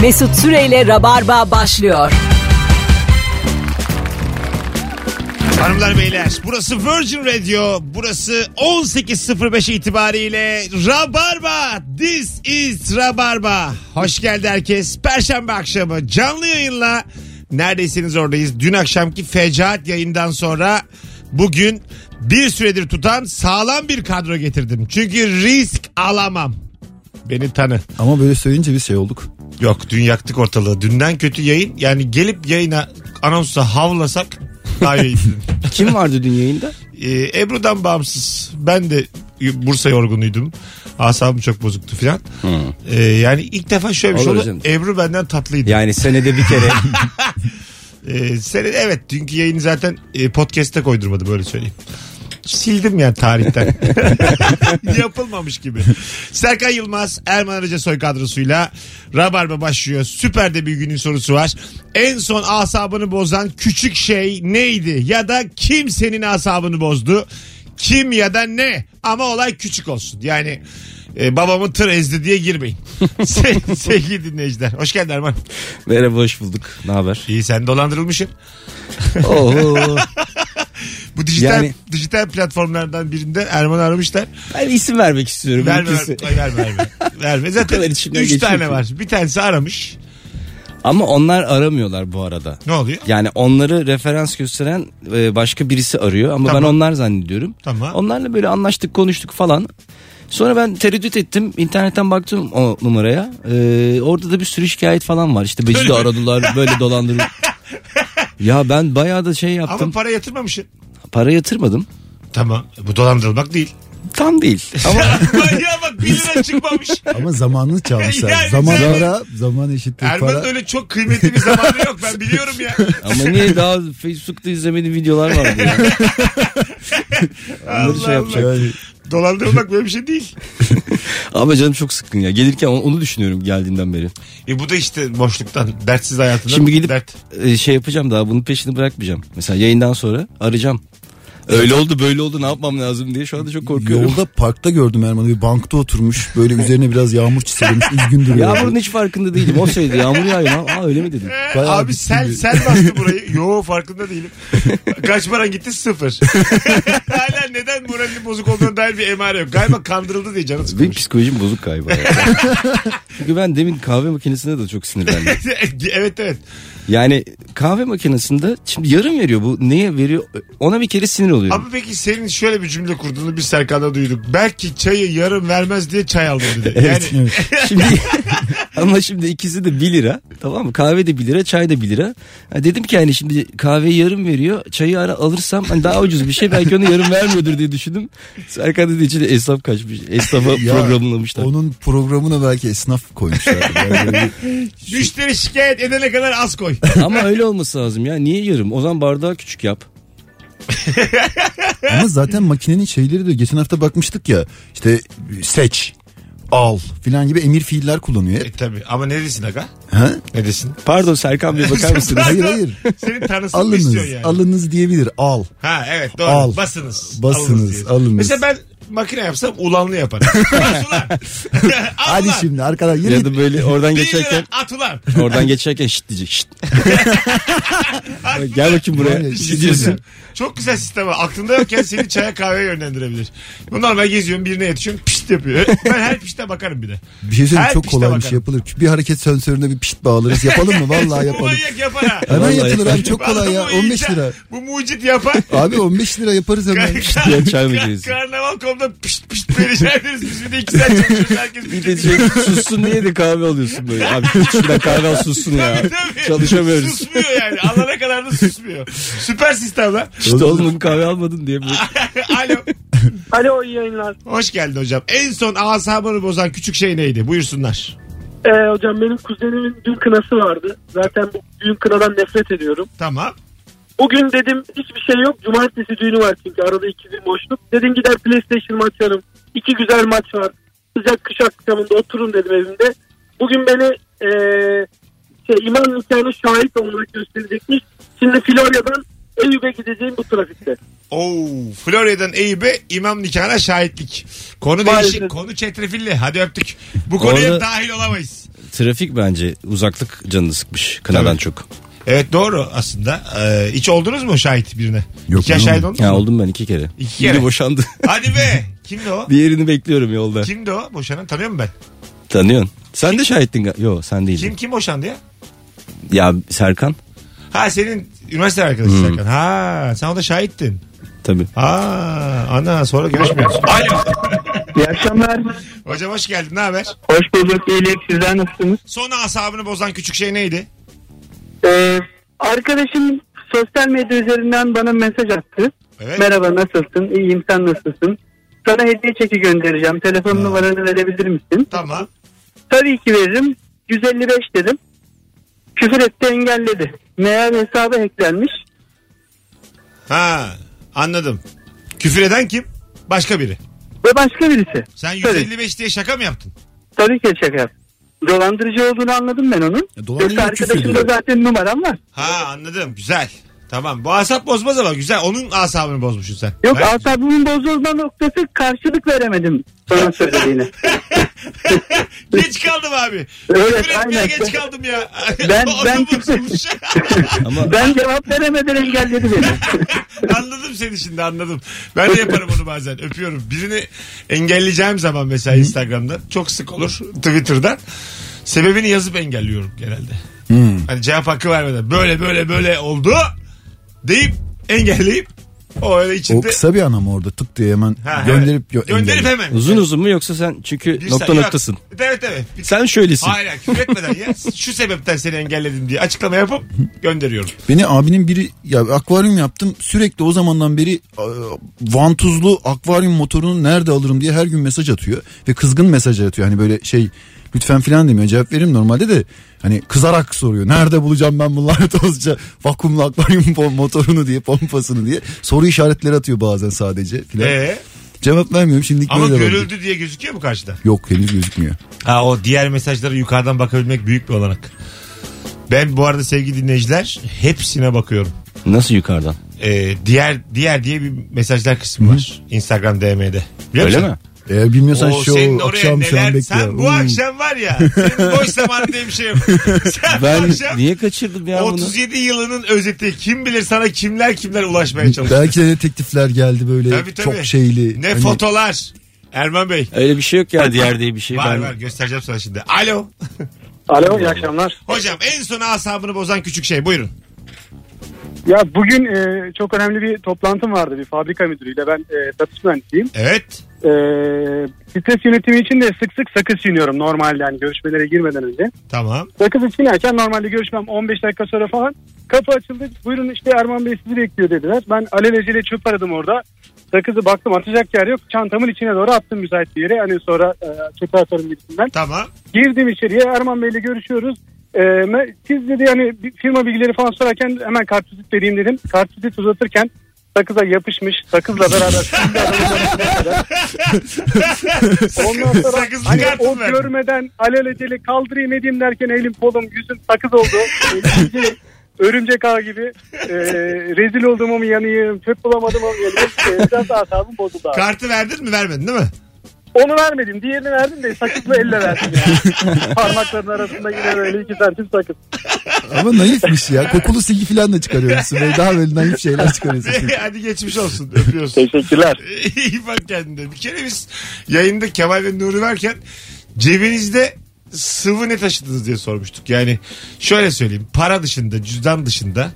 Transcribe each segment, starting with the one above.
Mesut Süreyle Rabarba başlıyor. Hanımlar beyler burası Virgin Radio burası 18.05 itibariyle Rabarba This is Rabarba Hoş geldi herkes Perşembe akşamı canlı yayınla Neredesiniz oradayız dün akşamki fecaat yayından sonra Bugün bir süredir tutan sağlam bir kadro getirdim Çünkü risk alamam Beni tanı Ama böyle söyleyince bir şey olduk. Yok dün yaktık ortalığı dünden kötü yayın yani gelip yayına anonsa havlasak daha iyi izlenir. Kim vardı dün yayında? Ee, Ebru'dan bağımsız. Ben de Bursa yorgunuydum. Asabım çok bozuktu filan. Ee, yani ilk defa şöyle bir şey Olur oldu. canım. Ebru benden tatlıydı. Yani senede bir kere. Ee, seni- evet dünkü yayını zaten e, podcast'te koydurmadı böyle söyleyeyim. Sildim yani tarihten. Yapılmamış gibi. Serkan Yılmaz, Erman Arıca soy kadrosuyla Rabarba başlıyor. Süper de bir günün sorusu var. En son asabını bozan küçük şey neydi? Ya da kim senin asabını bozdu? Kim ya da ne? Ama olay küçük olsun. Yani e, babamı tır ezdi diye girmeyin. Se- Sevgili dinleyiciler. Hoş geldin Erman. Merhaba hoş bulduk. Ne haber? İyi sen dolandırılmışsın. Oo. Bu dijital Yani- dijital platformlardan birinde Erman'ı aramışlar. Ben isim vermek istiyorum. Verme mümkünse. verme, verme verme. Verme. Zaten kadar içimden 3 geçiyor tane ki. var. Bir tanesi aramış. Ama onlar aramıyorlar bu arada. Ne oluyor? Yani onları referans gösteren e, başka birisi arıyor ama ben Tamam. onlar zannediyorum. Tamam. Onlarla böyle anlaştık konuştuk falan. Sonra ben tereddüt ettim. İnternetten baktım o numaraya. E, orada da bir sürü şikayet falan var. İşte bizi de aradılar böyle dolandırıl. ya ben bayağı da şey Ama yaptım. para yatırmamışsın. Para yatırmadım. Tamam. E, Bu dolandırılmak değil. Tam değil. Ama ya bak 1 lira çıkmamış. Ama zamanını çalmışlar. Yani zaman sen- para, zaman eşittir Erman'ın para. öyle çok kıymetli bir zamanı yok ben biliyorum ya. Ama niye daha Facebook'ta izlemediğim videolar vardı ya. Onları Allah şey yapacak. Allah. Yani Dolandırılmak böyle bir şey değil. Ama canım çok sıkkın ya. Gelirken onu- onu düşünüyorum geldiğinden beri. E bu da işte boşluktan, dertsiz hayatından. Şimdi gidip dert. e, şey yapacağım daha bunun peşini bırakmayacağım. Mesela yayından sonra arayacağım. Öyle oldu böyle oldu ne yapmam lazım diye şu anda çok korkuyorum. Yolda parkta gördüm Erman'ı bir bankta oturmuş böyle üzerine biraz yağmur çizelmiş üzgün duruyor. Yağmurun hiç farkında değilim. O söyledi yağmur yağıyor. lan. Aa öyle mi dedim? Ee, Bayağı abi bitti sen gibi. sen bastı burayı. Yo farkında değilim. Kaç paran gitti? Sıfır. Hala neden moralinin bozuk olduğuna dair bir emare yok. Galiba kandırıldı diye canı Benim sıkılmış. psikolojim bozuk galiba. ya. Çünkü ben demin kahve makinesine de çok sinirlendim. evet evet. Yani kahve makinesinde şimdi yarım veriyor bu. Neye veriyor? Ona bir kere sinir oluyorum. Ama peki senin şöyle bir cümle kurduğunu bir Serkan'da duyduk. Belki çayı yarım vermez diye çay aldım dedi. Evet. Yani Şimdi ama şimdi ikisi de 1 lira. Tamam mı? Kahve de 1 lira, çay da 1 lira. Ha, dedim ki hani şimdi kahveyi yarım veriyor. Çayı ara alırsam hani daha ucuz bir şey belki onu yarım vermiyordur diye düşündüm. Serkan dediği için de esnaf kaçmış. Esnafa Ya, programlamışlar. Onun programına belki esnaf koymuşlar. Yani böyle müşteri şikayet edene kadar az koy. Ama öyle olması lazım ya. Niye yarım? O zaman bardağı küçük yap. bir- Ama zaten makinenin şeyleri de geçen hafta bakmıştık ya işte seç al filan gibi emir fiiller kullanıyor E hep. tabi ama ne desin aga? Ha? Ne desin? Pardon Serkan bir bakar mısın? Hayır hayır. Senin tanısını mı Alınız, istiyorsun yani? alınız diyebilir. Al. Ha evet doğru. Al. Basınız. Basınız, diye. alınız. Mesela ben makine yapsam ulanlı yaparım. At ulan. At Hadi ulan. şimdi arkadaş yürü ya da böyle oradan Bir lira geçerken at ulan. oradan geçerken şit diyecek. Şit. Gel bakayım buraya. Vay, Şit diyorsun. Çok güzel sistem var. Aklında yokken seni çaya kahveye yönlendirebilir. Bunlar ben geziyorum birine yetişiyorum pişt yapıyor. Ben her pişte bakarım bir de. Bir şey söyleyeyim Her çok pişte kolay bir bakarım. şey yapılır. Bir hareket sensörüne bir pişt bağlarız. Yapalım mı? Vallahi Bu yapalım. manyak yapar ha. Hemen Vallahi yapılır yapalım. abi çok kolay ya. Vallahi bu 15 insan- lira. Bu mucit yapar. Abi 15 lira yaparız hemen. diye çay mı içiyorsun? Karnaval.com'da pişt pişt vereceğiz. Biz bir de iki saat çalışıyoruz. Herkes Bir bir de şey, sussun diye de kahve alıyorsun böyle. Abi içinden kahve al sussun ya. Çalışamıyoruz. Susmuyor yani. Alana kadar da susmuyor. Süper sistem lan. İşte oğlum kahve almadın diye. böyle. Alo. Alo iyi yayınlar. Hoş geldin hocam. En son asabını bozan küçük şey neydi? Buyursunlar. Ee, hocam benim kuzenimin dün kınası vardı. Zaten bu düğün kınadan nefret ediyorum. Tamam. Bugün dedim hiçbir şey yok. Cumartesi düğünü var çünkü arada iki gün boşluk. Dedim gider PlayStation maçlarım. İki güzel maç var. Sıcak kış akşamında oturun dedim evimde. Bugün beni ee, şey, imam nikahına şahit olarak gösterecekmiş. Şimdi Florya'dan Eyüp'e gideceğim bu trafikte. Oo, Florya'dan Eyüp'e imam nikahına şahitlik. Konu Maalesef. değişik, konu çetrefilli. Hadi öptük. Bu konuya Orada- dahil olamayız. Trafik bence uzaklık canını sıkmış kınadan Tabii. çok. Evet doğru aslında. Ee, hiç oldunuz mu şahit birine? Yok, Nikah ben şahit olmadım. oldunuz Ya mu? oldum ben iki kere. İki Biri kere. boşandı. Hadi be. Kimdi o? Diğerini bekliyorum yolda. Kimdi o? Boşanan tanıyor mu ben? Tanıyorsun. Sen de şahittin. ga- Yo sen değildin. Kim kim boşandı ya? Ya Serkan Ha senin üniversite arkadaşın Hmm. Serkan. Ha sen ona şahittin. tabii. Ha ana sonra görüşmüyoruz. Alo. İyi akşamlar. Hocam hoş geldin. Ne haber? Hoş bulduk. İyilik. Sizler nasılsınız? Son asabını bozan küçük şey neydi? Ee, arkadaşım sosyal medya üzerinden bana mesaj attı. Evet. Merhaba nasılsın? İyiyim sen nasılsın? Sana hediye çeki göndereceğim. Telefon numaranı verebilir misin? Tamam. Tabii ki veririm. 155 dedim. Küfür etti engelledi. Meğer hesabı hacklenmiş. Ha anladım. Küfür eden kim? Başka biri. Ve başka birisi. Sen Tabii. 155 diye şaka mı yaptın? Tabii ki şaka yaptı. Dolandırıcı olduğunu anladım ben onun. Ya, dolandırıcı Yoksa küfür arkadaşımda ediyor. zaten numaram var. Ha anladım. Güzel. Tamam. Bu asap bozmaz ama güzel. Onun asabını bozmuşsun sen. Yok Ben- asabımın bozulma noktası karşılık veremedim sana söylediğine. geç kaldım abi. Evet, Küfür etmeye aynen. geç kaldım ya. Ben- O da ben- bozulmuş. Ama ben cevap veremeden engelledi beni. anladım seni şimdi anladım. Ben de yaparım onu bazen. Öpüyorum. Birini engelleyeceğim zaman mesela Instagram'da çok sık olur Twitter'da. Sebebini yazıp engelliyorum genelde. Hani cevap hakkı vermeden böyle böyle böyle oldu deyip engelleyip o öyle içinde O kısa bir anam orada tık diye hemen Ha, evet. gönderip gönderip hemen. uzun uzun mu yoksa sen çünkü Bir nokta sa- noktasın. Yok. Evet evet. Bir- Sen şöylesin. Hayır hayır, küfür etmeden ya. Şu sebepten seni engelledim diye açıklama yapıp gönderiyorum. Beni abinin biri ya akvaryum yaptım sürekli o zamandan beri e, vantuzlu akvaryum motorunu nerede alırım diye her gün mesaj atıyor ve kızgın mesaj atıyor hani böyle şey lütfen filan demiyor cevap veririm normalde de hani kızarak soruyor nerede bulacağım ben bunları tozca vakumlu akvaryum pom- motorunu diye pompasını diye soru işaretleri atıyor bazen sadece filan Ee, cevap vermiyorum şimdi ama böyle bakıyor. görüldü diye gözüküyor mu karşıda? yok henüz gözükmüyor Ha o diğer mesajlara yukarıdan bakabilmek büyük bir olanak. Ben bu arada sevgili dinleyiciler hepsine bakıyorum. Nasıl yukarıdan? Ee, diğer diğer diye bir mesajlar kısmı var. Instagram DM'de. Biliyor Öyle musun? mi? eğer bilmiyorsan Oo, şu senin oraya akşam şu an neler... bekliyor Sen bu Hmm. akşam var ya. Senin boş zamanı diye bir şey yok. Sen bu Ben akşam niye kaçırdım ya bunu? 37 yılının özeti. Kim bilir sana kimler kimler ulaşmaya çalışıyor. Belki de teklifler geldi böyle Tabii, tabii. çok şeyli. Ne Hani- fotolar. Erman Bey. Öyle bir şey yok ya diğer diye bir şey. Var Ben- var göstereceğim sana şimdi. Alo. Alo iyi akşamlar. Hocam en son asabını bozan küçük şey buyurun. Ya bugün e, çok önemli bir toplantım vardı bir fabrika müdürüyle. Ben e, satış mühendisiyim. Evet. E, stres yönetimi için de sık sık sakız çiğniyorum normalde yani görüşmelere girmeden önce. Tamam. Sakızı çiğnerken normalde görüşmem 15 dakika sonra falan. Kapı açıldı buyurun işte Erman Bey sizi bekliyor dediler. Ben alelacele çöp aradım orada. Sakızı baktım atacak yer yok. Çantamın içine doğru attım müsait bir yere. Hani sonra e, çöpe atarım gibisinden. Tamam. Girdim içeriye Erman Bey'le görüşüyoruz. Ee, me- siz dedi yani bir firma bilgileri falan sorarken hemen kartvizit vereyim dedim. Kartvizit uzatırken sakıza yapışmış. Sakızla beraber. Ondan sonra Sakızlı hani kartı o verdim. görmeden alelacele kaldırayım edeyim derken elim kolum yüzüm sakız oldu. Elim, Örümcek ağ gibi Ee, rezil oldum ama yanayım. Çöp bulamadım ama yanayım. Ee, biraz daha asabım bozuldu abi. Kartı verdin mi vermedin değil mi? Onu vermedim. Diğerini verdim de sakızla elle verdim yani. Parmakların arasında yine böyle iki santim sakız. Ama naifmiş ya. Kokulu silgi falan da çıkarıyorsun. Böyle daha böyle naif şeyler çıkarıyorsun. Hadi geçmiş olsun. Öpüyorsun. Teşekkürler. İyi bak kendine. Bir kere biz yayında Kemal ve Nuri verken cebinizde sıvı ne taşıdınız diye sormuştuk. Yani şöyle söyleyeyim. Para dışında, cüzdan dışında,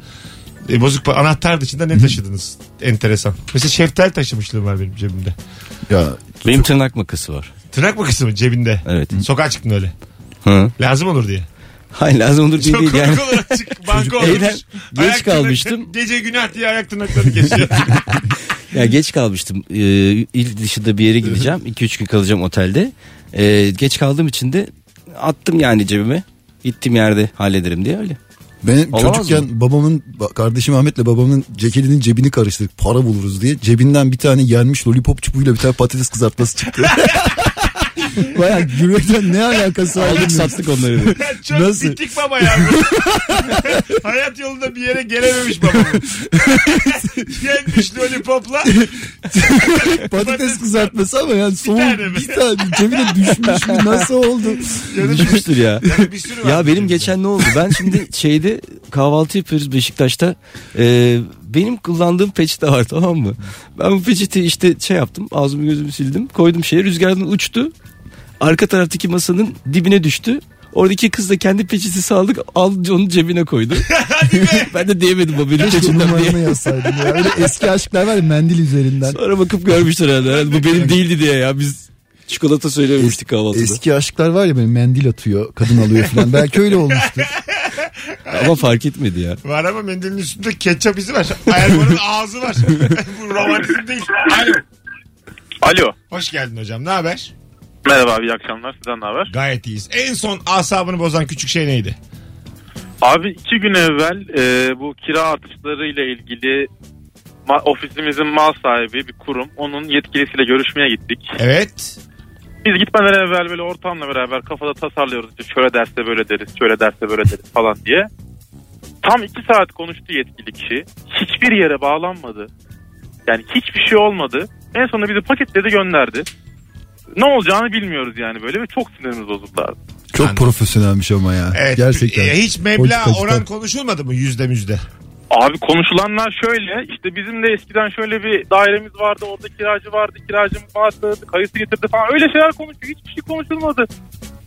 e, bozuk pa- anahtar dışında ne taşıdınız? Enteresan. Mesela şeftal taşımışlığım var benim cebimde. Ya Benim tırnak makası var. Tırnak makası mı cebinde? Evet. Sokağa çıktın öyle. Hı. Lazım olur diye. Hayır lazım olur diye Çok değil komik yani. olur açık. Banka Çocuk- olmuş. Evden geç Ayak tırnak- kalmıştım. Gece günah diye ayak tırnakları kesiyor. Ya geç kalmıştım. Ee, il dışında bir yere gideceğim. 2-3 gün kalacağım otelde. Ee, geç kaldığım için de attım yani cebime. Gittim yerde hallederim diye öyle. ben Olamaz çocukken babamın ba- kardeşim Ahmet'le babamın ceketinin cebini karıştırdık. Para buluruz diye. Cebinden bir tane yenmiş lollipop çubuğuyla bir tane patates kızartması çıktı. Baya gülmekten ne alakası var? Aldık bilmiyorum. sattık onları. diye. Çok Nasıl? bitik baba ya. Hayat yolunda bir yere gelememiş baba. Gelmiş lollipopla. Patates kızartması ama yani soğuk tane mi? bir tane cebine düşmüş mü nasıl oldu? Düşmüştür ya. Yani bir sürü var. Ya benim geçen ne oldu? Ben şimdi şeyde kahvaltı yapıyoruz Beşiktaş'ta. Ee, benim kullandığım peçete var tamam mı? Ben bu peçeteyi işte şey yaptım. Ağzımı gözümü sildim. Koydum şeye rüzgardan uçtu. Arka taraftaki masanın dibine düştü. Oradaki kız da kendi peçetesi aldık aldı onu cebine koydu. ben de diyemedim o benim Keşke peçetem diye. numaranı yazsaydın ya. Öyle eski aşklar var ya mendil üzerinden. Sonra bakıp görmüşler herhalde. Herhalde bu benim değildi diye ya biz çikolata söylememiştik kahvaltıda. Eski aşklar var ya böyle mendil atıyor kadın alıyor falan. Belki öyle olmuştu. Ama fark etmedi ya. Var ama mendilin üstünde ketçap izi var. Ayarmanın ağzı var. Bu romantizm değil. Alo. Alo. Hoş geldin hocam. Ne haber? Merhaba abi iyi akşamlar. Sizden ne haber? Gayet iyiyiz. En son asabını bozan küçük şey neydi? Abi iki gün evvel e, bu kira artışlarıyla ilgili ma- ofisimizin mal sahibi bir kurum. Onun yetkilisiyle görüşmeye gittik. Evet. Biz gitmeden evvel böyle ortamla beraber kafada tasarlıyoruz. İşte şöyle derse böyle deriz, şöyle derse böyle deriz falan diye. Tam iki saat konuştu yetkili kişi. Hiçbir yere bağlanmadı. Yani hiçbir şey olmadı. En sonunda bizi paketledi gönderdi. Ne olacağını bilmiyoruz yani böyle ve çok sinirimiz bozuldu. Çok profesyonelmiş ama ya. Evet. Gerçekten. E, hiç meblağ Politikacıdan. oran konuşulmadı mı yüzde müzde? Abi konuşulanlar şöyle işte bizim de eskiden şöyle bir dairemiz vardı orada kiracı vardı kiracım vardı kayısı getirdi falan öyle şeyler konuştuk hiçbir şey konuşulmadı.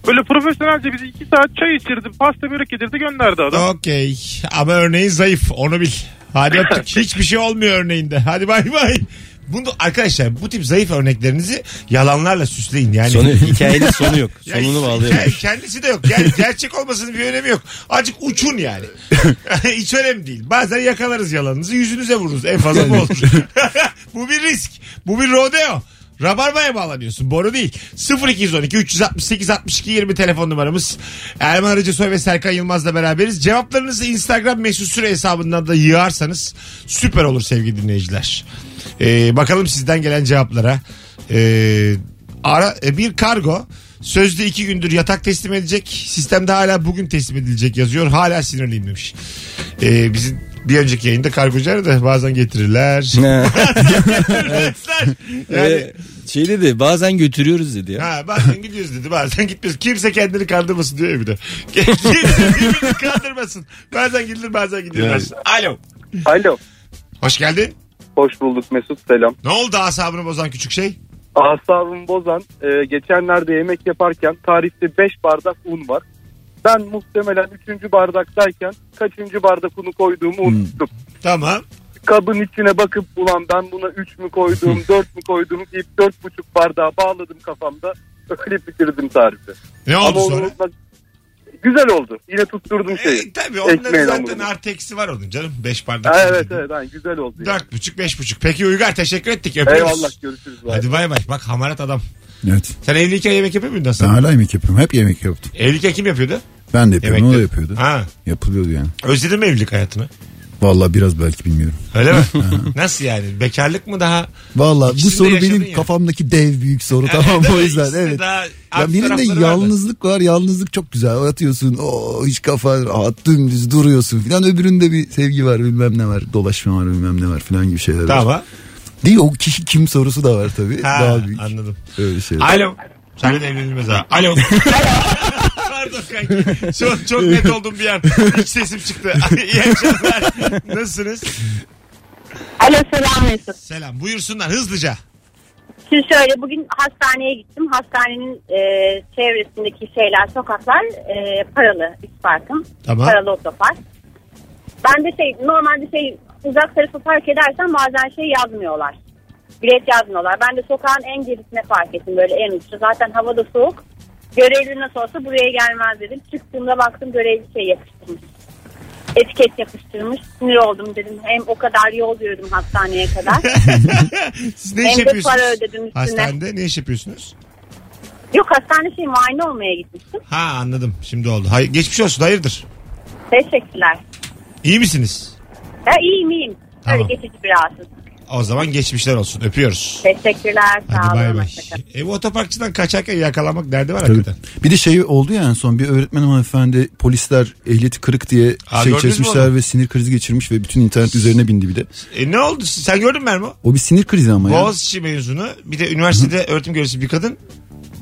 Böyle profesyonelce bizi iki saat çay içirdi pasta börek yedirdi gönderdi adam. Okey. Ama örneğin zayıf. Onu bil. Hadi öptük. Hiçbir şey olmuyor örneğinde. Hadi bay bay. Bunu arkadaşlar bu tip zayıf örneklerinizi yalanlarla süsleyin. Yani Sonu, hikayenin sonu yok. Ya, Sonunu ya, bağlayamıyor. Kendisi de yok. Yani gerçek olmasının bir önemi yok. Acık uçun yani. Hiç önemli değil. Bazen yakalarız yalanınızı yüzünüze vururuz. En fazla bu olur. bu bir risk. Bu bir rodeo. Rabarbaya bağlanıyorsun. Boru değil. 0212 368 62 20 telefon numaramız. Erman Arıcı Soy ve Serkan Yılmaz'la beraberiz. Cevaplarınızı Instagram mesut süre hesabından da yığarsanız süper olur sevgili dinleyiciler. Ee, bakalım sizden gelen cevaplara. Ee, ara, e, bir kargo sözde iki gündür yatak teslim edecek. Sistemde hala bugün teslim edilecek yazıyor. Hala sinirliyim demiş. Ee, bizim bir önceki yayında kargocuları da bazen getirirler. yani Ee, şey dedi bazen götürüyoruz dedi ya. ha, bazen gidiyoruz dedi bazen gitmiyoruz. Kimse kendini kandırmasın diyor ya bir de. Kimse birbirini kandırmasın. Bazen gidilir bazen gidilmez. Alo. Alo. Hoş geldin. Hoş bulduk Mesut selam. Ne oldu asabını bozan küçük şey? Asabımı bozan e, geçenlerde yemek yaparken tarifte 5 bardak un var. Ben muhtemelen 3. bardaktayken kaçıncı bardak unu koyduğumu Hmm. unuttum. Tamam. Kabın içine bakıp ulan ben buna 3 mü koydum 4 mü koydum deyip 4,5 bardağa bağladım kafamda. Öyle bitirdim tarifi. Ne oldu onu sonra? unutmak- Güzel oldu. Yine tutturdum şeyi. E, tabii onların Ekmeğin zaten hamurunu. artı eksi var onun canım. Beş bardak. şey Ha, sonra evet dedi. evet aynen, güzel oldu. yani. Dört buçuk beş buçuk. Peki Uygar teşekkür ettik. Öpüyoruz. Eyvallah görüşürüz. Bye. Hadi bay bay. Bak hamarat adam. Evet. Sen evliyken yemek yapıyor muydun Ben aslında? hala yemek yapıyorum. Hep yemek yaptım. Evliyken kim yapıyordu? Ben de yapıyorum. O Yemekte. da yapıyordu. Ha. Yapılıyordu yani. Özledin mi evlilik hayatını? Vallahi biraz belki bilmiyorum. Öyle mi? Nasıl yani? Bekarlık mı daha? Vallahi İkisini bu de soru yaşadın benim ya. kafamdaki dev büyük soru tamam Yani o yüzden ikisi de evet. Daha Ya alt birinde tarafları vardı. yalnızlık var. Yalnızlık çok güzel. Atıyorsun. O hiç kafa rahat dümdüz duruyorsun filan. Öbüründe bir sevgi var bilmem ne var. Dolaşma var bilmem ne var filan gibi şeyler var. Tamam. Değil o kişi kim sorusu da var tabii. Ha, Daha büyük. anladım. Öyle şey. şeyler. Alo. Sen de evlenilmez ha. Alo. Pardon kanki. Çok, çok net oldum bir an. Hiç sesim çıktı. İyi akşamlar. Nasılsınız? Alo selam Mesut. Selam. Buyursunlar hızlıca. Şimdi şöyle bugün hastaneye gittim. Hastanenin e, çevresindeki şeyler, sokaklar e, paralı isparkım. Tamam. Paralı otopark. Ben de şey normalde şey uzak tarafı park edersen bazen şey yazmıyorlar. Bilet yazmıyorlar. Ben de sokağın en gerisine park ettim böyle en uçta. Zaten hava da soğuk. Görevli nasıl olsa buraya gelmez dedim. Çıktığımda baktım görevli şey yapıştırmış. Etiket yapıştırmış. Sinir oldum dedim. Hem o kadar yol yürüdüm hastaneye kadar. Siz ne iş Hem de yapıyorsunuz? para ödedim üstüne. Hastanede ne iş yapıyorsunuz? Yok hastane şey muayene olmaya gitmiştim. Ha anladım. Şimdi oldu. Hayır, geçmiş olsun. Hayırdır? Teşekkürler. İyi misiniz? Ya iyiyim iyiyim. Tamam. Öyle geçici bir rahatsızlık. O zaman geçmişler olsun. Öpüyoruz. Teşekkürler. Sağ Hadi bay olun. bay. hoşça kalın. E bu otoparkçıdan kaçarken yakalanmak derdi var hakikaten. Bir de şey oldu ya en son bir öğretmen hanımefendi polisler ehliyeti kırık diye Aa, şey gördünüz mü çekmişler ve sinir krizi geçirmiş ve bütün internet üzerine bindi bir de. E ne oldu? Sen gördün mü Ermo? O bir sinir krizi ama ya. Boğaziçi mezunu bir de üniversitede öğretim görevlisi bir kadın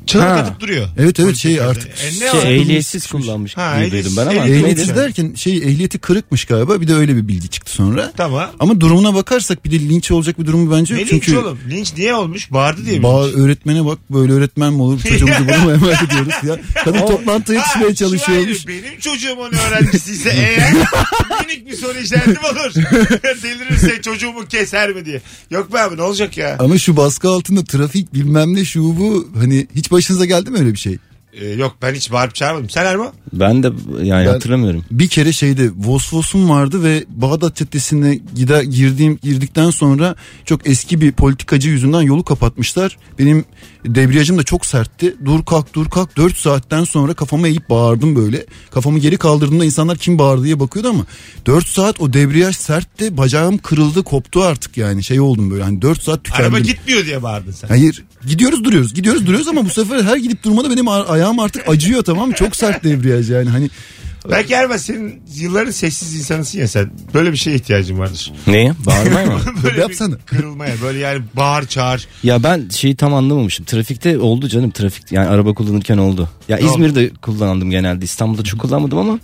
çığlık Ha. atıp duruyor. Evet, evet, Polis şey şirketinde. artık E, ne Şey, var? ehliyetsiz kullanmış Ha, gibi duydum ben ama. ehliyetsiz- Ehliyetsiz neydi? derken şey ehliyeti kırıkmış galiba bir de öyle bir bilgi çıktı sonra. Tamam. Ama durumuna bakarsak bir de linç olacak bir durumu bence Ne yok. linç Çünkü oğlum? Linç niye olmuş? Bağırdı diye mi? Bağır, öğretmene bak böyle öğretmen mi olur çocuğumuzu bunu mu emanet ediyoruz ya. Kadın toplantıya Ha, yetişmeye şu çalışıyormuş. ayrı. Ah, Benim çocuğum onun öğrencisiyse eğer minik bir soru işaretim olur. Delirirse çocuğumu keser mi diye. Yok be abi ne olacak ya? Ama şu baskı altında trafik bilmem ne şu bu hani hiç başınıza geldi mi öyle bir şey? Ee, yok ben hiç bağırıp çağırmadım. Sen Erman? Ben de yani Ben- hatırlamıyorum. Bir kere şeyde Vosvos'um vardı ve Bağdat Caddesi'ne gider, girdiğim girdikten sonra çok eski bir politikacı yüzünden yolu kapatmışlar. Benim debriyajım da çok sertti. Dur kalk dur kalk 4 saatten sonra kafamı eğip bağırdım böyle. Kafamı geri kaldırdığımda insanlar kim bağırdı diye bakıyordu ama 4 saat o debriyaj sertti. Bacağım kırıldı koptu artık yani şey oldum böyle hani 4 saat tükendim. Araba gitmiyor diye bağırdın sen. Hayır. Gidiyoruz duruyoruz. Gidiyoruz duruyoruz ama bu sefer her gidip durmada benim a- ayağım artık acıyor tamam mı? Çok sert debriyaj yani. Hani Belki Erman senin yılların sessiz insanısın ya sen. Böyle bir şeye ihtiyacın vardır. Neye? Bağırmaya mı? Böyle bir Yapsana. Kırılmaya böyle yani bağır çağır. Ya ben şeyi tam anlamamışım. Trafikte oldu canım trafik yani araba kullanırken oldu. Ya Ne oldu? İzmir'de kullandım genelde İstanbul'da çok kullanmadım ama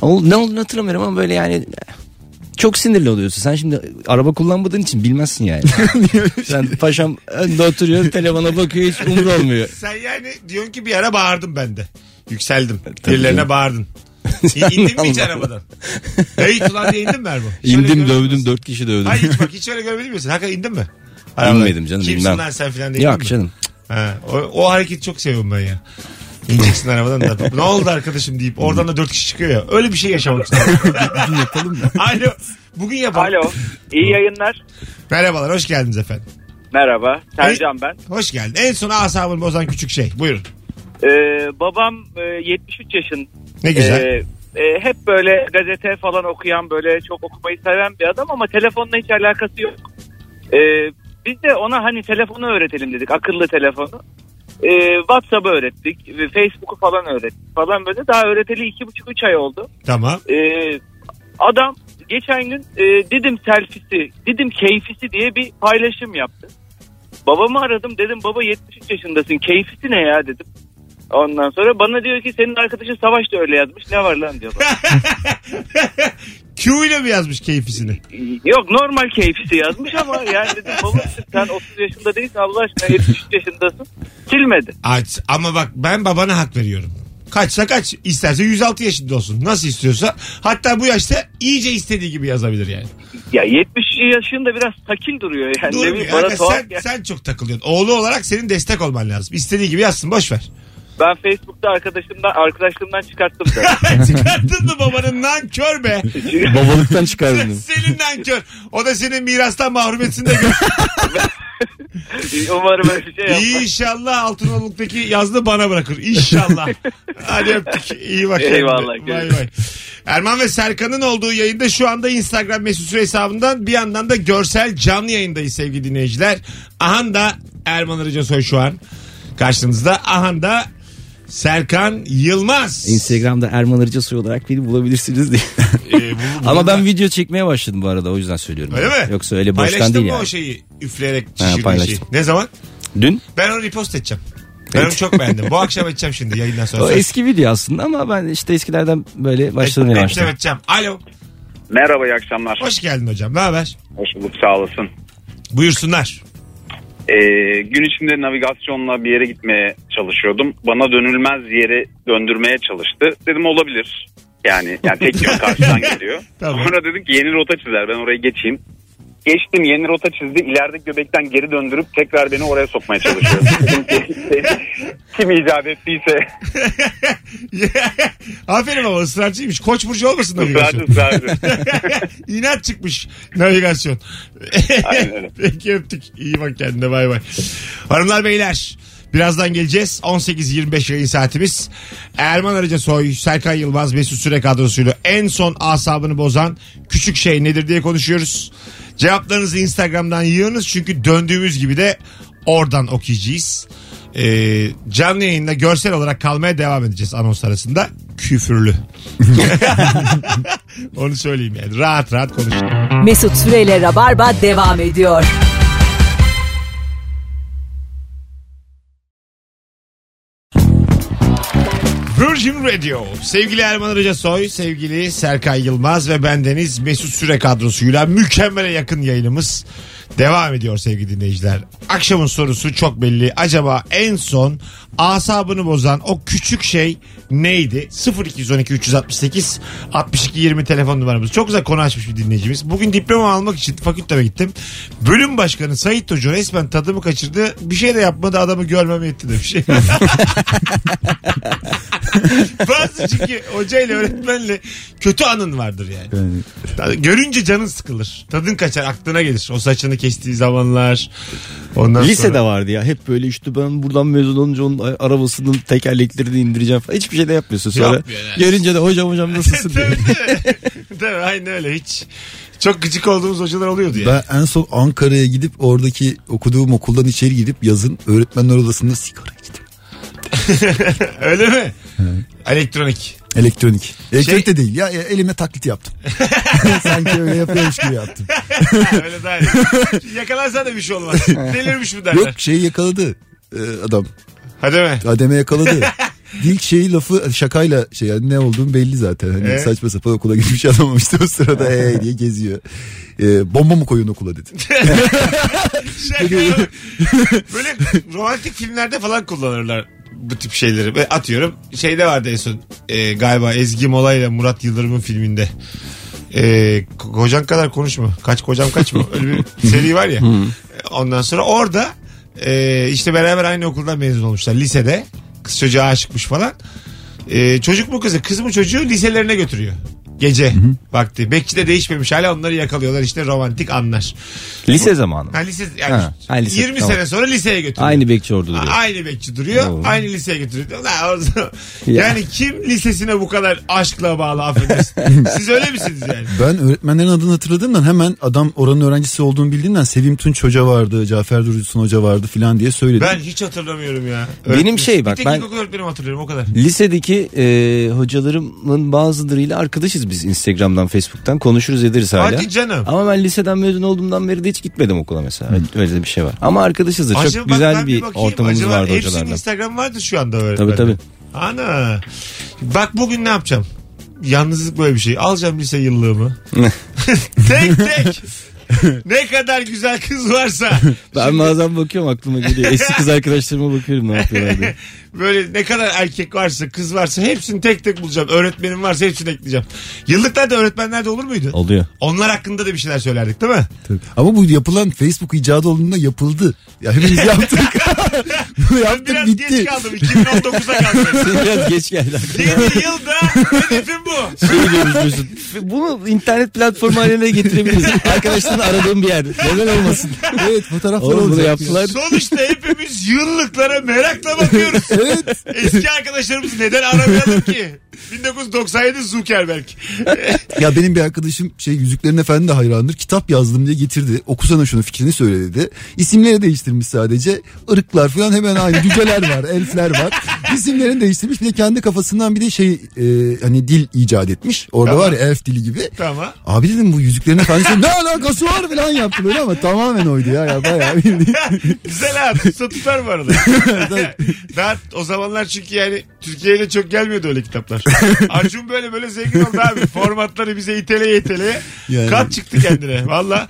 ol- ne olduğunu hatırlamıyorum ama böyle yani çok sinirli oluyorsun. Sen şimdi araba kullanmadığın için bilmezsin yani. şey? Sen paşam önde oturuyor telefona bakıyor hiç umur olmuyor. Sen yani diyorsun ki bir ara bağırdım ben de. Yükseldim. Tabii Birilerine canım. bağırdın. İndin mi hiç Allah Allah. arabadan? Hey ulan diye indin mi Erman? Şöyle İndim görüyor dövdüm musun? dört kişi dövdüm. Hayır hiç bak hiç öyle görmedim misin? Hakikaten indin mi? İnmedim canım, Kimsin bilmem. lan sen filan değil Yok canım. Ha, o, o hareketi çok seviyorum ben ya. İneceksin arabadan da. Ne oldu arkadaşım deyip oradan da dört kişi çıkıyor ya. Öyle bir şey yaşamak istiyorum. bugün yapalım mı? Alo. Bugün yapalım. Alo. İyi yayınlar. Merhabalar hoş geldiniz efendim. Merhaba. Sercan ben. Hoş geldin. En son asabını bozan küçük şey. Buyurun. Ee, babam e, 73 yaşın. Ne güzel. Ee, e, hep böyle gazete falan okuyan böyle çok okumayı seven bir adam ama telefonla hiç alakası yok. Ee, biz de ona hani telefonu öğretelim dedik. Akıllı telefonu. Ee, WhatsApp'ı öğrettik. ve Facebook'u falan öğrettik falan böyle. Daha öğreteli 2,5-3 ay oldu. Tamam. Ee, adam geçen gün e, Didim selfisi, Didim keyfisi diye bir paylaşım yaptı. Babamı aradım dedim baba 73 yaşındasın keyfisi ne ya dedim. Ondan sonra bana diyor ki senin arkadaşın Savaş da öyle yazmış ne var lan diyor. bana. Q ile mi yazmış keyfisini? Yok normal keyfisi yazmış ama yani dedim baba sen 30 yaşında değilsin Allah aşkına 73 yaşındasın. Silmedi. Aç. Ama bak ben babana hak veriyorum. Kaçsa kaç. isterse 106 yaşında olsun. Nasıl istiyorsa. Hatta bu yaşta iyice istediği gibi yazabilir yani. Ya 70 yaşında biraz sakin duruyor yani. Ne Doğru bileyim, mu? bana Aga, tuhaf sen, geldi. sen çok takılıyorsun. Oğlu olarak senin destek olman lazım. İstediği gibi yazsın boş ver. Ben Facebook'ta arkadaşımdan arkadaşlığımdan çıkarttım. da. Çıkarttın mı babanın nankör be. Babalıktan çıkardım. senin nankör. O da senin mirastan mahrum etsin de gör. Umarım öyle bir şey yapmaz. İnşallah Altınoluk'taki yazdı bana bırakır. İnşallah. Hadi öptük. İyi bak. kendine. Eyvallah, Bay görüşürüz. bay. Erman ve Serkan'ın olduğu yayında şu anda Instagram mesut süre hesabından bir yandan da görsel canlı yayındayız sevgili dinleyiciler. Ahan da Erman Arıca Soy şu an karşınızda. Ahan da Serkan Yılmaz. Instagram'da Erman Arıca soy olarak beni bulabilirsiniz diye. Ee, bu- bu- Ama ben video çekmeye başladım bu arada o yüzden söylüyorum. Öyle mi? Yoksa öyle boştan Paylaştın değil mı yani. o şey? şeyi üfleyerek Ha, şişirdiğin paylaştım. şeyi? Ne zaman? Dün Ben onu repost edeceğim. Ben onu çok beğendim. Bu akşam edeceğim şimdi yayından sonra. o eski video aslında ama ben işte eskilerden böyle başladım Ek- yavaştan. eklem edeceğim. Alo. Merhaba iyi akşamlar. Hoş geldin hocam. Ne haber? Hoş bulduk sağ olasın. Buyursunlar. Ee, gün içinde navigasyonla bir yere gitmeye çalışıyordum. Bana dönülmez yere döndürmeye çalıştı. Dedim olabilir. Yani, yani tek yön karşıdan geliyor. Tamam. Sonra dedim ki yeni rota çizer ben oraya geçeyim. Geçtim yeni rota çizdi. İleride göbekten geri döndürüp tekrar beni oraya sokmaya çalışıyor. Dedim ki, Kim icat ettiyse Aferin ama ısrarcıymış. Koç burcu olmasın ısrarcı navigasyon. ısrarcı. İnat çıkmış navigasyon. Aynen öyle. Peki öptük. İyi bak kendine bay bay. Hanımlar beyler birazdan geleceğiz. 18.25 yayın saatimiz. Erman Arıca Soy, Serkan Yılmaz, Mesut Süre kadrosuyla en son asabını bozan küçük şey nedir diye konuşuyoruz. Cevaplarınızı Instagram'dan yığınız çünkü döndüğümüz gibi de oradan okuyacağız. Ee, canlı yayında görsel olarak kalmaya devam edeceğiz anons arasında. Küfürlü. Onu söyleyeyim yani. Rahat rahat konuşun. Mesut Süreyle Rabarba devam ediyor. Virgin Radio. Sevgili Erman Arıca Soy, sevgili Serkan Yılmaz ve bendeniz Mesut Süre kadrosuyla mükemmele yakın yayınımız devam ediyor sevgili dinleyiciler. Akşamın sorusu çok belli. Acaba en son asabını bozan o küçük şey neydi? 0212 368 62 20 telefon numaramız. Çok güzel konu açmış bir dinleyicimiz. Bugün diploma almak için fakülteme gittim. Bölüm başkanı Sait Hoca resmen tadımı kaçırdı. Bir şey de yapmadı adamı görmem yetti demiş. Bazı çünkü hocayla öğretmenle kötü anın vardır yani. Yani Görünce canın sıkılır. Tadın kaçar aklına gelir. O saçını kestiği zamanlar. Ondan Lisede sonra... vardı ya hep böyle işte ben buradan mezun olunca onun arabasının tekerleklerini indireceğim falan. Hiçbir şey de yapmıyorsun sonra. Yapmıyor yani. Görünce de hocam hocam nasılsın diyor. Tabii, tabii. Tabii, aynen öyle hiç. Çok gıcık olduğumuz hocalar oluyordu yani. Ben en son Ankara'ya gidip oradaki okuduğum okuldan içeri gidip yazın öğretmenler odasında sigara içtim. Öyle mi? Elektronik. Elektronik. Elektronik Şey- de değil ya e, elime taklit yaptım. Sanki öyle yapıyormuş gibi yaptım. Öyle daha iyi. Şimdi Yakalansa da bir şey olmaz. Delirmiş bu derler. Yok şeyi yakaladı e, adam. Hadi mi? Adem'e yakaladı. İlk şeyi lafı şakayla şey yani ne olduğum belli zaten. Hani Evet. saçma sapan okula gitmiş adam işte o sırada ee diye geziyor. E, bomba mı koyun okula dedi. Şaka yok. Şey, Böyle romantik filmlerde falan kullanırlar bu tip şeyleri. Ve atıyorum şeyde vardı en son e, galiba Ezgi Mola ile Murat Yıldırım'ın filminde. E, ko- kocan kadar konuşma. Kaç kocam kaç mı? Öyle bir seri var ya. Ondan sonra orada e, işte beraber aynı okuldan mezun olmuşlar lisede. Kız çocuğa aşıkmış falan. E, çocuk mu kızı? Kız mı çocuğu liselerine götürüyor. Gece vakti. Bekçi de değişmemiş. Hala onları yakalıyorlar. işte romantik anlar. Lise zamanı. mı? Ha, lise, yani Ha, ha, lise, 20 tamam. sene sonra liseye götürüyor. Aynı bekçi orada duruyor. Aynı bekçi duruyor. Oo. Aynı liseye götürüyor. La, o zaman- Ya. yani kim lisesine bu kadar aşkla bağlı affedersin. Siz öyle misiniz yani? Ben öğretmenlerin adını hatırladığımdan hemen adam oranın öğrencisi olduğunu bildiğinden Sevim Tunç Hoca vardı, Cafer Dursun Hoca vardı filan diye söyledim. Ben hiç hatırlamıyorum ya. Benim şey bak, Bir tek ben- ilkokul öğretmenimi hatırlıyorum o kadar. Lisedeki e, hocalarımın bazılarıyla arkadaşız biz Instagram'dan, Facebook'tan. Konuşuruz ederiz hala. Hadi canım. Ama ben liseden mezun olduğumdan beri de hiç gitmedim okula mesela. Öyle de bir şey var. Ama arkadaşız da çok Acaba bak güzel ben bir bakayım. ortamımız Acaba vardı hepsinin hocalarla. Instagram vardı şu anda öğretmenler. Tabii tabii. Ana. Bak bugün ne yapacağım? Yalnızlık böyle bir şey. Alacağım lise yıllığımı. tek tek. ne kadar güzel kız varsa. Ben bazen bakıyorum aklıma geliyor. Eski kız arkadaşlarıma bakıyorum ne yapıyorlar diye. Böyle ne kadar erkek varsa kız varsa hepsini tek tek bulacağım. Öğretmenim varsa hepsini ekleyeceğim. Yıllıklarda öğretmenler de olur muydu? Oluyor. Onlar hakkında da bir şeyler söylerdik değil mi? Tabii. Ama bu yapılan Facebook icadı olduğunda yapıldı. Ya hepimiz yaptık. bu Ben yaptık biraz bitti. geç kaldım. 2019'a kaldım. Biraz geç geldi. 7 yılda hedefim bu. Şey diyormuş Mesut. Bunu internet platformu haline getirebiliriz. Arkadaşlarını aradığım bir yer. Neden olmasın? evet fotoğraflar Oğlum bunu olacak. yaptılar. Sonuçta hepimiz yıllıklara merakla bakıyoruz. Eski arkadaşlarımızı neden aramayalım ki? 1997 Zuckerberg. Ya benim bir arkadaşım şey Yüzüklerin Efendi de hayrandır. Kitap yazdım diye getirdi. Okusana şunu fikrini söyle dedi. İsimleri değiştirmiş sadece. Irklar falan hemen aynı. Cüceler var, elfler var. İsimlerini değiştirmiş. Bir de kendi kafasından bir de şey e, hani dil icat etmiş. Orada Tamam. var ya elf dili gibi. Tamam. Abi dedim bu Yüzüklerin Efendisi ne alakası var falan yaptı böyle ama tamamen oydu ya. ya bayağı bildiğin. Güzel ha. Tutsa tutar bu arada. Daha o zamanlar çünkü yani Türkiye'yle çok gelmiyordu öyle kitaplar. Acun böyle böyle zengin oldu abi. Formatları bize itele itele. Yani. Kat çıktı kendine. Valla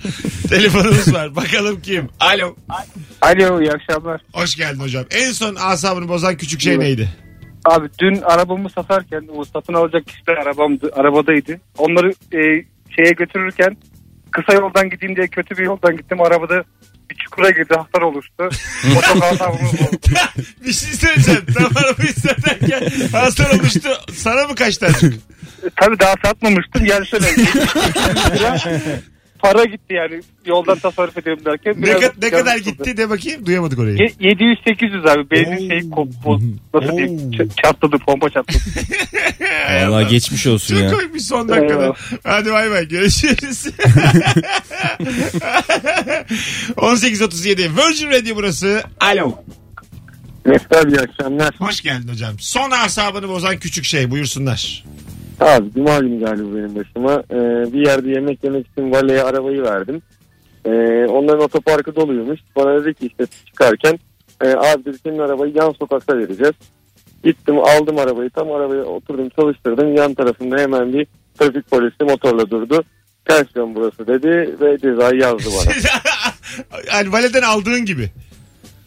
telefonumuz var. Bakalım kim? Alo. Alo iyi akşamlar. Hoş geldin hocam. En son asabını bozan küçük şey neydi? Abi dün arabamı satarken o satın alacak kişiler arabamdı, arabadaydı. Onları e, şeye götürürken kısa yoldan gideyim diye kötü bir yoldan gittim. Arabada bir çukura girdi hasar oluştu. O çok asabımı bozdu. bir şey söyleyeceğim. Tam arabayı satarken hasar oluştu. Sana mı kaçtı Acun? Tabii daha satmamıştım. Yani şöyle. para gitti yani yoldan tasarruf ediyorum derken. Ne, biraz kad- ne canım kadar sıkıldı. gitti de bakayım. Duyamadık orayı. Ye- 700-800 abi. Benzin Oo. şey ko- boz- nasıl diyeyim Oo. ç- çatladı pompa çatladı. Vallahi geçmiş olsun Çok ya. koymuş son dakikada. Eyvah. Hadi bay bay görüşürüz. 18.37 Virgin Radio burası. Alo. Mesela iyi akşamlar. Hoş geldin hocam. Son asabını bozan küçük şey buyursunlar. Abi cuma günü galiba benim başıma. Ee, bir yerde yemek yemek için valeye arabayı verdim. Ee, onların otoparkı doluymuş. Bana dedi ki işte çıkarken e, abi dedi senin arabayı yan sokakta vereceğiz. Gittim aldım arabayı tam arabaya oturdum çalıştırdım. Yan tarafında hemen bir trafik polisi motorla durdu. Ters yön burası dedi ve cezayı yazdı bana. yani valeden aldığın gibi.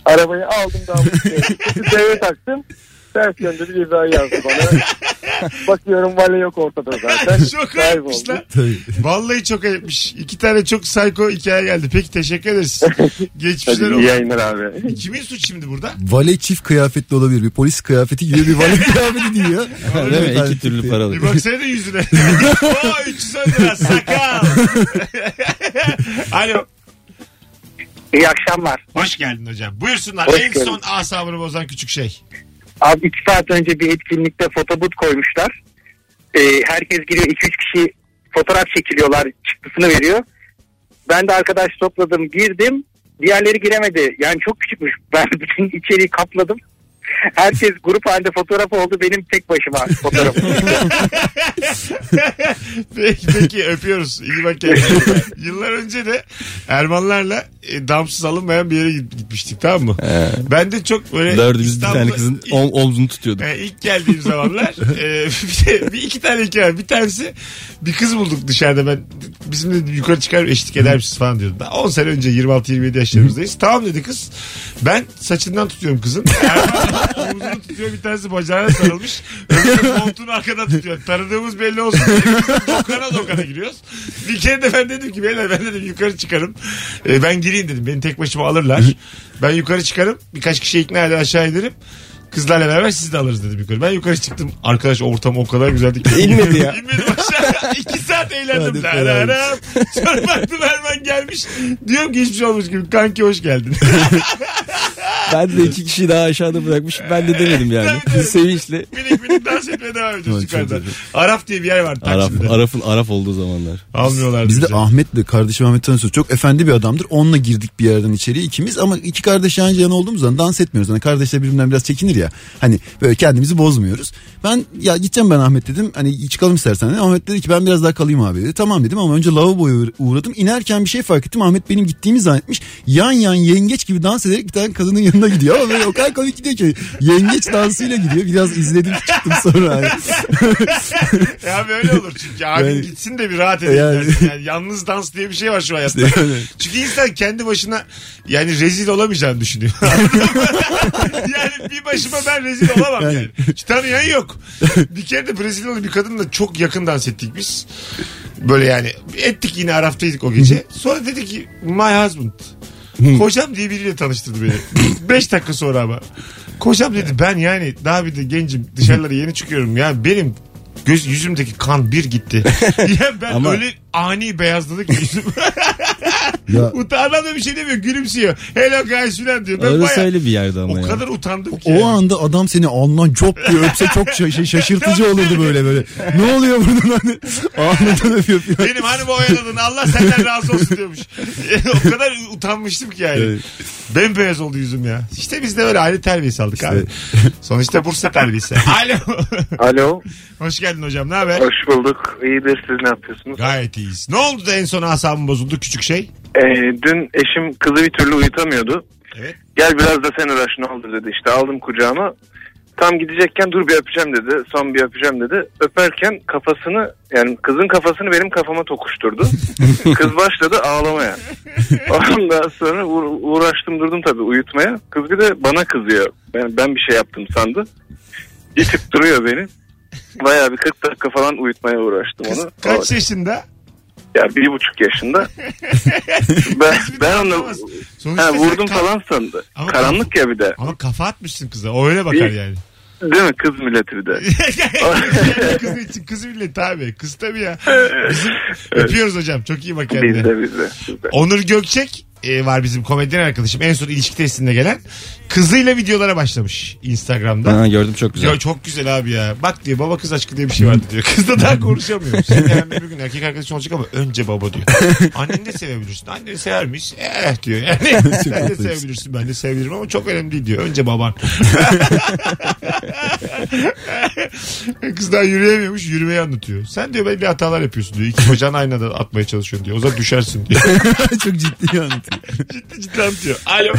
Arabayı aldım daha şey devre taktım. Ters yönde bir cezayı yazdı bana. Bakıyorum vale yok ortada zaten. çok Kayboldu. ayıpmış lan. Vallahi çok ayıpmış. İki tane çok psycho hikaye geldi. Peki teşekkür ederiz. Hadi Geçmişler iyi olsun. yayınlar abi. Kimin suç şimdi burada? Vale çift kıyafetli olabilir. Bir polis kıyafeti gibi bir vale kıyafeti giyiyor. Değil mi? Evet, İki türlü Bir paralı. baksana da yüzüne. Oo 300 lira sakal. Alo. İyi akşamlar. Hoş geldin hocam. Buyursunlar. Hoş en gördük. son asabını bozan küçük şey. Abi iki saat önce bir etkinlikte fotobut koymuşlar. Ee, herkes giriyor. iki üç kişi fotoğraf çekiliyorlar. Çıktısını veriyor. Ben de arkadaş topladım. Girdim. Diğerleri giremedi. Yani çok küçükmüş. Ben bütün içeriği kapladım. Herkes grup halinde fotoğraf oldu. Benim tek başıma fotoğrafım. peki, peki öpüyoruz. İyi bak kendine. Yıllar önce de Ermanlarla e, damsız alınmayan bir yere git- gitmiştik tamam mı? ben de çok böyle Dördümüz bir tane İstanbul'a- kızın İ- om- omzunu tutuyorduk. E, ilk geldiğim zamanlar e, bir, de, bir iki tane hikaye. Bir tanesi bir kız bulduk dışarıda ben bizimle yukarı çıkar eşlik eder misiniz falan diyordu. Daha 10 sene önce 26-27 yaşlarımızdayız. tamam dedi kız. Ben saçından tutuyorum kızın. Erman omzunu tutuyor bir tanesi bacağına sarılmış. Öbürü koltuğunu arkadan tutuyor. Tanıdığımız belli olsun. diye dokana dokana giriyoruz. Bir kere de ben dedim ki beyler ben dedim yukarı çıkarım. E, ben gireyim dedim. Beni tek başıma alırlar. ben yukarı çıkarım. Birkaç kişi ikna eder aşağı inerim. Kızlarla beraber siz de alırız dedim yukarı. Ben yukarı çıktım. Arkadaş ortam o kadar güzeldi ki. İnmedi ya. İnmedim aşağı. İki saat eğlendim. Hadi La la kolay la. Sonra baktım Erman gelmiş. Diyorum ki hiçbir şey olmuş gibi. Kanki hoş geldin. Ben de iki kişiyi daha aşağıda bırakmış. Ben de demedim yani. Tabii, tabii. Sevinçle. minik minik dans etmeye devam ediyoruz Evet, çok yukarıda. güzel. Araf diye bir yer var Araf, Taksim'de. Araf'ın Araf olduğu zamanlar. Almıyorlar. Bizde bizi. Ahmet'le kardeşim Ahmet Tanrısoy çok efendi bir adamdır. Onunla girdik bir yerden içeriye ikimiz ama iki kardeş yan yana olduğumuz zaman dans etmiyoruz. Hani kardeşler birbirinden biraz çekinir ya. Hani böyle kendimizi bozmuyoruz. Ben ya gideceğim ben Ahmet dedim. Hani çıkalım istersen. dedi. Ahmet dedi ki ben biraz daha kalayım abi dedi. Tamam dedim ama önce lavaboya uğra- uğradım. İnerken bir şey fark ettim. Ahmet benim gittiğimi zannetmiş. Yan yan yengeç gibi dans ederek bir tane kadının yanına gidiyor. Ama böyle o kadar komik gidiyor ki. Yengeç dansıyla gidiyor. Biraz izledim çıktım sonra. Hani Ya böyle E olur çünkü abin Yani- gitsin de bir rahat edin. Yani- dersin. Yani yalnız dans diye bir şey var şu hayatta. Çünkü insan kendi başına yani rezil olamayacağını düşünüyor. Anladın mı? yani bir başıma ben rezil olamam yani. yani. Hiç tanıyan yok. Bir kere de Brezilyalı bir kadınla çok yakın dans ettik biz. Böyle yani ettik yine Araf'taydık o gece. Sonra dedi ki my husband. Kocam diye biriyle tanıştırdı beni. Beş dakika sonra ama. Kocam dedi ben yani daha bir de gencim dışarılara yeni çıkıyorum. Yani benim göz yüzümdeki kan bir gitti. ya ben Ama- öyle ani beyazladı ki yüzüm. Ya- Utanan da bir şey demiyor gülümsüyor. Hello guys filan diyor. Ben Orası bayağı öyle bir yerde ama o ya. kadar utandım ki. O yani. anda adam seni alnından cop diye öpse çok şa- şaşırtıcı olurdu böyle böyle. Ne oluyor burada hani? Alnından öpüyor falan. Benim hani bu oyaladın Allah senden razı olsun diyormuş. o kadar utanmıştım ki yani. Evet. Bembeyaz oldu yüzüm ya. İşte biz de öyle aile terbiyesi aldık abi. Sonuçta Bursa terbiyesi. Alo. Alo. Hoş geldin hocam ne haber? Hoş bulduk. İyidir siz ne yapıyorsunuz? Gayet iyiyiz. Ne oldu da en son asabım bozuldu küçük şey? Ee, dün eşim kızı bir türlü uyutamıyordu. Evet. Gel biraz da sen uğraş ne olur dedi. İşte aldım kucağıma. Tam gidecekken dur bir öpeceğim dedi. Son bir öpeceğim dedi. Öperken kafasını yani kızın kafasını benim kafama tokuşturdu. Kız başladı ağlamaya. Ondan sonra uğra- uğraştım durdum tabii uyutmaya. Kız bir de bana kızıyor. Ben, ben bir şey yaptım sandı. İtip duruyor beni. Bayağı bir 40 dakika falan uyutmaya uğraştım Kız onu. O- kaç yaşında? Ya bir buçuk yaşında. ben, ben onu Sonuçta ha, sen vurdum ka- falan sandı. Ama- Karanlık ya bir de. Ama kafa atmışsın kıza. O öyle bakar İyi. yani. Değil mi kız milleti bir de. kız için kız millet abi. Kız tabii ya. Bizim öpüyoruz hocam. Çok iyi bak kendine. Bizde bizde. bizde. Onur Gökçek e, var bizim komedyen arkadaşım. En son ilişki testinde gelen. Kızıyla videolara başlamış Instagram'da. Ha, gördüm çok güzel. Ya çok güzel abi ya. Bak diyor baba kız aşkı diye bir şey vardı diyor. Kız da daha konuşamıyor. Sen yarın bir gün erkek arkadaşın olacak ama önce baba diyor. Annen de sevebilirsin. Anneni severmiş. Eh diyor. Yani sen de haklıyız. sevebilirsin. Ben de sevebilirim ama çok önemli değil diyor. Önce baban. kız daha yürüyemiyormuş. Yürümeyi anlatıyor. Sen diyor belli hatalar yapıyorsun diyor. İki bacağını aynada atmaya çalışıyorsun diyor. O zaman düşersin diyor. çok ciddi anlatıyor. ciddi ciddi anlatıyor. Alo.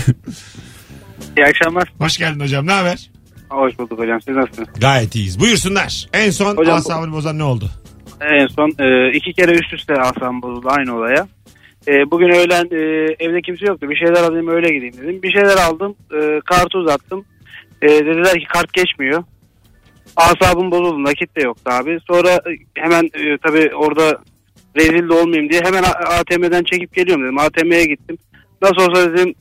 İyi akşamlar. Hoş geldin hocam. Ne haber? Hoş bulduk hocam. Siz nasılsınız? Gayet iyiyiz. Buyursunlar. En son Hocam- asabını bozan ne oldu? En son e, iki kere üst üste asam bozuldu aynı olaya. E, bugün öğlen e, evde kimse yoktu. Bir şeyler alayım öyle gideyim dedim. Bir şeyler aldım. E, kartı uzattım. E, dediler ki kart geçmiyor. Asabım bozuldu. Nakit de yoktu abi. Sonra e, hemen e, tabii orada rezil de olmayayım diye hemen A- ATM'den çekip geliyorum dedim. ATM'ye gittim. Nasıl olsa dedim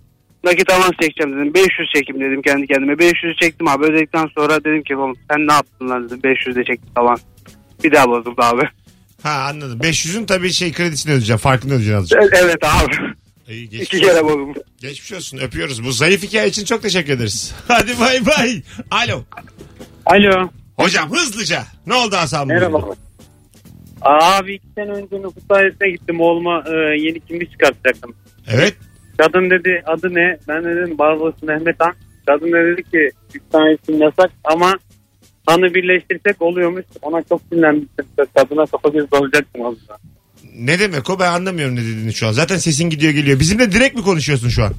nakit avans çekeceğim dedim. 500 çekim dedim kendi kendime. 500'ü çektim abi. Ödedikten sonra dedim ki oğlum sen ne yaptın lan dedim. 500 de çektim avans. Bir daha bozuldu abi. Ha anladım. 500'ün tabii şey kredisini ödeyeceğim. Farkını ödeyeceksin azıcık. E- Evet abi. İyi, geçmiş, İki kere bozuldu. geçmiş olsun. Öpüyoruz. Bu zayıf hikaye için çok teşekkür ederiz. Hadi bay bay. Alo. Alo. Hocam hızlıca. Ne oldu asabın? bozuldu? Abi iki sene önce nüfus dairesine gittim. Oğluma e, yeni kimlik çıkartacaktım. Evet. Kadın dedi adı ne? Ben de dedim Barbaros Mehmet Han. Kadın da dedi ki üç tane isim yasak ama hanı birleştirsek oluyormuş. Ona çok sinirlenmiştim. Kadına kafa göz dalacaktım aslında. Ne demek o ben anlamıyorum ne dediğini şu an. Zaten sesin gidiyor geliyor. Bizimle direkt mi konuşuyorsun şu an?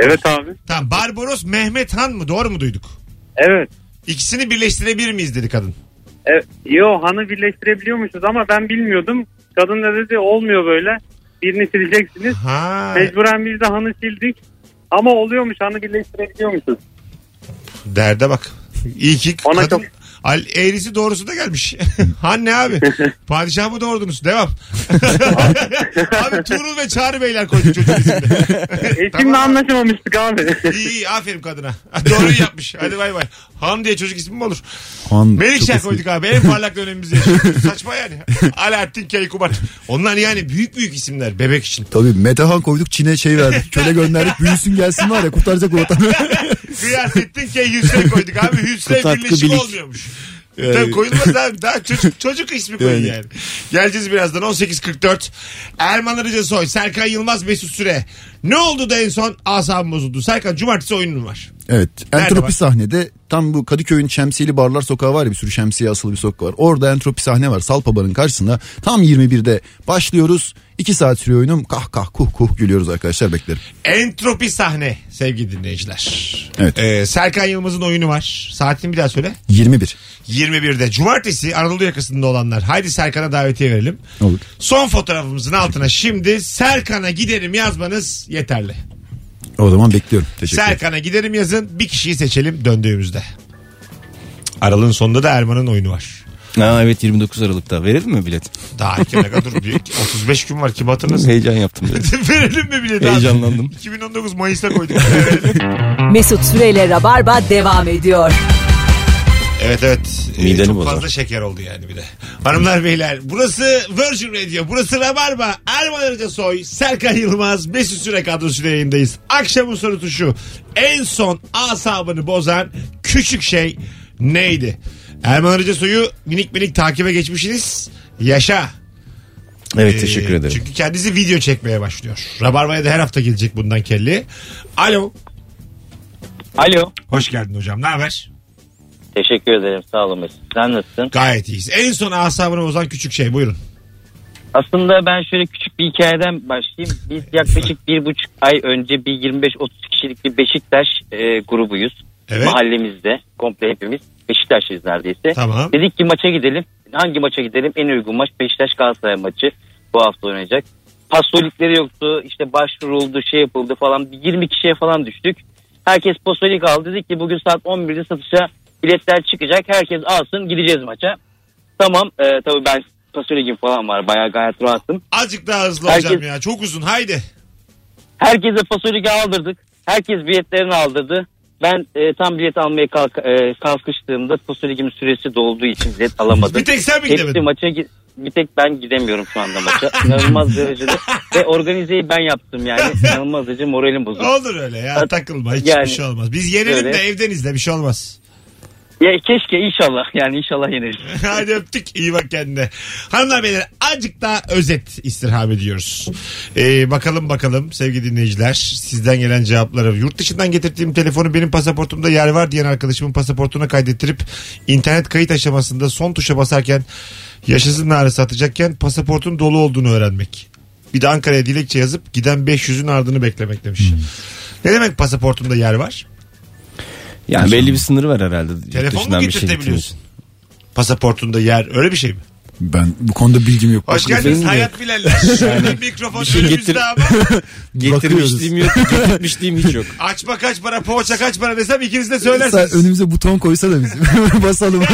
Evet abi. Tamam Barbaros Mehmet Han mı? Doğru mu duyduk? Evet. İkisini birleştirebilir miyiz dedi kadın. E, yo hanı birleştirebiliyormuşuz ama ben bilmiyordum. Kadın da dedi olmuyor böyle. Birini sileceksiniz. Ha Mecburen biz de hanı sildik. Ama oluyormuş hanı birleştirebiliyormuşuz. derde bak. İyi ki Ona kadın... çok- Al, eğrisi doğrusu da gelmiş. Han ne abi? Padişah mı doğurdunuz? Devam. abi Tuğrul ve Çağrı Beyler koydu çocuğun ismini. Eşimle Tamam. anlaşamamıştık abi. İyi, iyi aferin kadına. Doğruyu yapmış. Hadi bay bay. Han diye çocuk ismi mi olur? Han çok Melikşah eski. koyduk abi. En parlak dönemimizi yaşıyoruz. Saçma yani. Alaaddin Keykubat. Onlar yani büyük büyük isimler bebek için. Tabii Metehan koyduk Çin'e şey verdik. Köle gönderdik büyüsün gelsin var ya kurtaracak o vatanı. Gıyasettin K. Hüsrev koyduk abi. Hüsrev Kıtatkı birleşik Bilik. olmuyormuş. Tabii koyulmaz abi. Daha çocuk, çocuk ismi koyun yani. Yani. Geleceğiz birazdan 18.44. Erman Arıca Soy, Serkan Yılmaz, Mesut Süre. Ne oldu da en son asabım bozuldu? Serkan cumartesi oyunun var. Evet. Nerede var? Entropi sahnede tam bu Kadıköy'ün şemsiyeli barlar sokağı var ya bir sürü şemsiye asılı bir sokak var. Orada entropi sahne var Salpa Bar'ın karşısında. Tam 21'de başlıyoruz. 2 saat sürüyor oyunum. Kah kah kuh kuh gülüyoruz arkadaşlar beklerim. Entropi sahne sevgili dinleyiciler. Evet. Ee, Serkan Yılmaz'ın oyunu var. Saatini bir daha söyle. 21. 21'de. Cumartesi Anadolu yakasında olanlar. Haydi Serkan'a davetiye verelim. Olur. Son fotoğrafımızın altına şimdi Serkan'a giderim yazmanız yeterli. O zaman bekliyorum. Teşekkür ederim. Serkan'a giderim yazın. Bir kişiyi seçelim döndüğümüzde. Aralığın sonunda da Erman'ın oyunu var. Ha, evet 29 Aralık'ta. Verelim mi bilet? Daha erken kadar diyor. 35 gün var kim hatırlasın. Heyecan yaptım. biraz. Verelim mi bile Heyecanlandım. 2019 Mayıs'ta koyduk. Mesut Süreyle Rabarba devam ediyor. evet evet. Ee, Mideni çok bozar. fazla şeker oldu yani bir de. Hanımlar beyler burası Virgin Radio. Burası Rabarba. Erman Arıca Soy, Serkan Yılmaz, Mesut Süre kadrosuyla yayındayız. Akşamın sorusu şu. En son asabını bozan küçük şey neydi? Erman Arıca Soy'u minik minik takibe geçmişsiniz. Yaşa. Evet teşekkür Ee, ederim. Çünkü kendisi video çekmeye başlıyor. Rabarba'ya da her hafta gelecek bundan kelli. Alo. Alo. Hoş geldin hocam. Ne haber? Teşekkür ederim sağ olun Mesut. Sen nasılsın? Gayet iyiyiz. En son asabını bozan küçük şey. Buyurun. Aslında ben şöyle küçük bir hikayeden başlayayım. Biz yaklaşık bir buçuk ay önce bir 25-30 kişilik bir Beşiktaş e, grubuyuz. Evet. Mahallemizde komple hepimiz Beşiktaşlıyız neredeyse. Tamam. Dedik ki maça gidelim. Hangi maça gidelim? En uygun maç Beşiktaş Galatasaray maçı. Bu hafta oynayacak. Pasolikleri yoktu. İşte başvuruldu, şey yapıldı falan. Bir 20 kişiye falan düştük. Herkes pasolik aldı. Dedik ki bugün saat 11'de satışa biletler çıkacak. Herkes alsın gideceğiz maça. Tamam. E, tabii ben pasoligim falan var. Bayağı gayet rahatım. Azıcık daha hızlı Herkes- hocam ya. Çok uzun. Haydi. Herkese fasolye aldırdık. Herkes biletlerini aldırdı. Ben e, tam bilet almaya kalk, e, kalkıştığımda Pusur Ligi'nin süresi dolduğu için bilet alamadım. Bir tek sen mi Hepsi gidemedin? maça gi- bir tek ben gidemiyorum şu anda maça. İnanılmaz derecede. Ve organizeyi ben yaptım yani. İnanılmaz derece moralim bozuk. Olur öyle ya Hat- takılma hiç Yani- bir şey olmaz. Biz yenelim Öyle. de evden izle bir şey olmaz. Ya keşke inşallah yani inşallah yeneriz. Hadi öptük iyi bak kendine. Hanımlar beyler azıcık daha özet istirham ediyoruz. Ee, bakalım bakalım sevgili dinleyiciler sizden gelen cevapları. Yurt dışından getirdiğim telefonu benim pasaportumda yer var diyen arkadaşımın pasaportuna kaydettirip internet kayıt aşamasında son tuşa basarken yaşasın ağrısı atacakken pasaportun dolu olduğunu öğrenmek. Bir de Ankara'ya dilekçe yazıp giden 500'ün ardını beklemek demiş. Ne demek pasaportumda yer var? Yani belli bir sınırı var herhalde. yurt Telefon mu dışından bir şey getirtebiliyorsun? Pasaportunda yer öyle bir şey mi? Ben bu konuda bilgim şey yok. Hoş Bakın geldiniz benim de Hayat Bilenler. Şöyle mikrofon şey önümüzde getir- ama Getirmişliğim yok. Getirmişliğim hiç yok. açma kaç para poğaça kaç para desem ikiniz de söylersiniz. Sa- önümüze buton koysa da bizim. Basalım.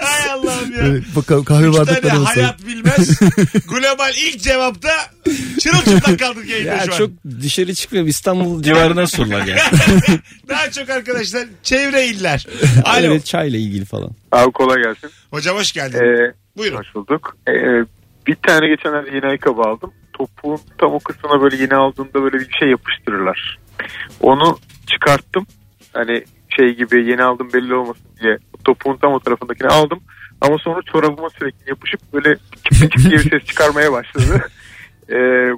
Hay Allah'ım ya. Evet, Bakalım kahve Üç tane bardakları basalım. hayat bilmez. Global ilk cevapta çırılçıplak kaldık yayında Ya şu an. çok dışarı çıkmıyorum. İstanbul civarına sorular yani. Daha çok arkadaşlar çevre iller. Alo. Öyle çayla ilgili falan. Abi kolay gelsin. Hocam hoş geldin. Ee, Buyurun. Hoş bulduk. Ee, bir tane geçenlerde yeni ayakkabı aldım. Topuğun tam o kısmına böyle yeni aldığımda böyle bir şey yapıştırırlar. Onu çıkarttım. Hani şey gibi yeni aldım belli olmasın diye topuğun tam o tarafındakini aldım. Ama sonra çorabıma sürekli yapışıp böyle kip kip diye bir ses çıkarmaya başladı. Ee,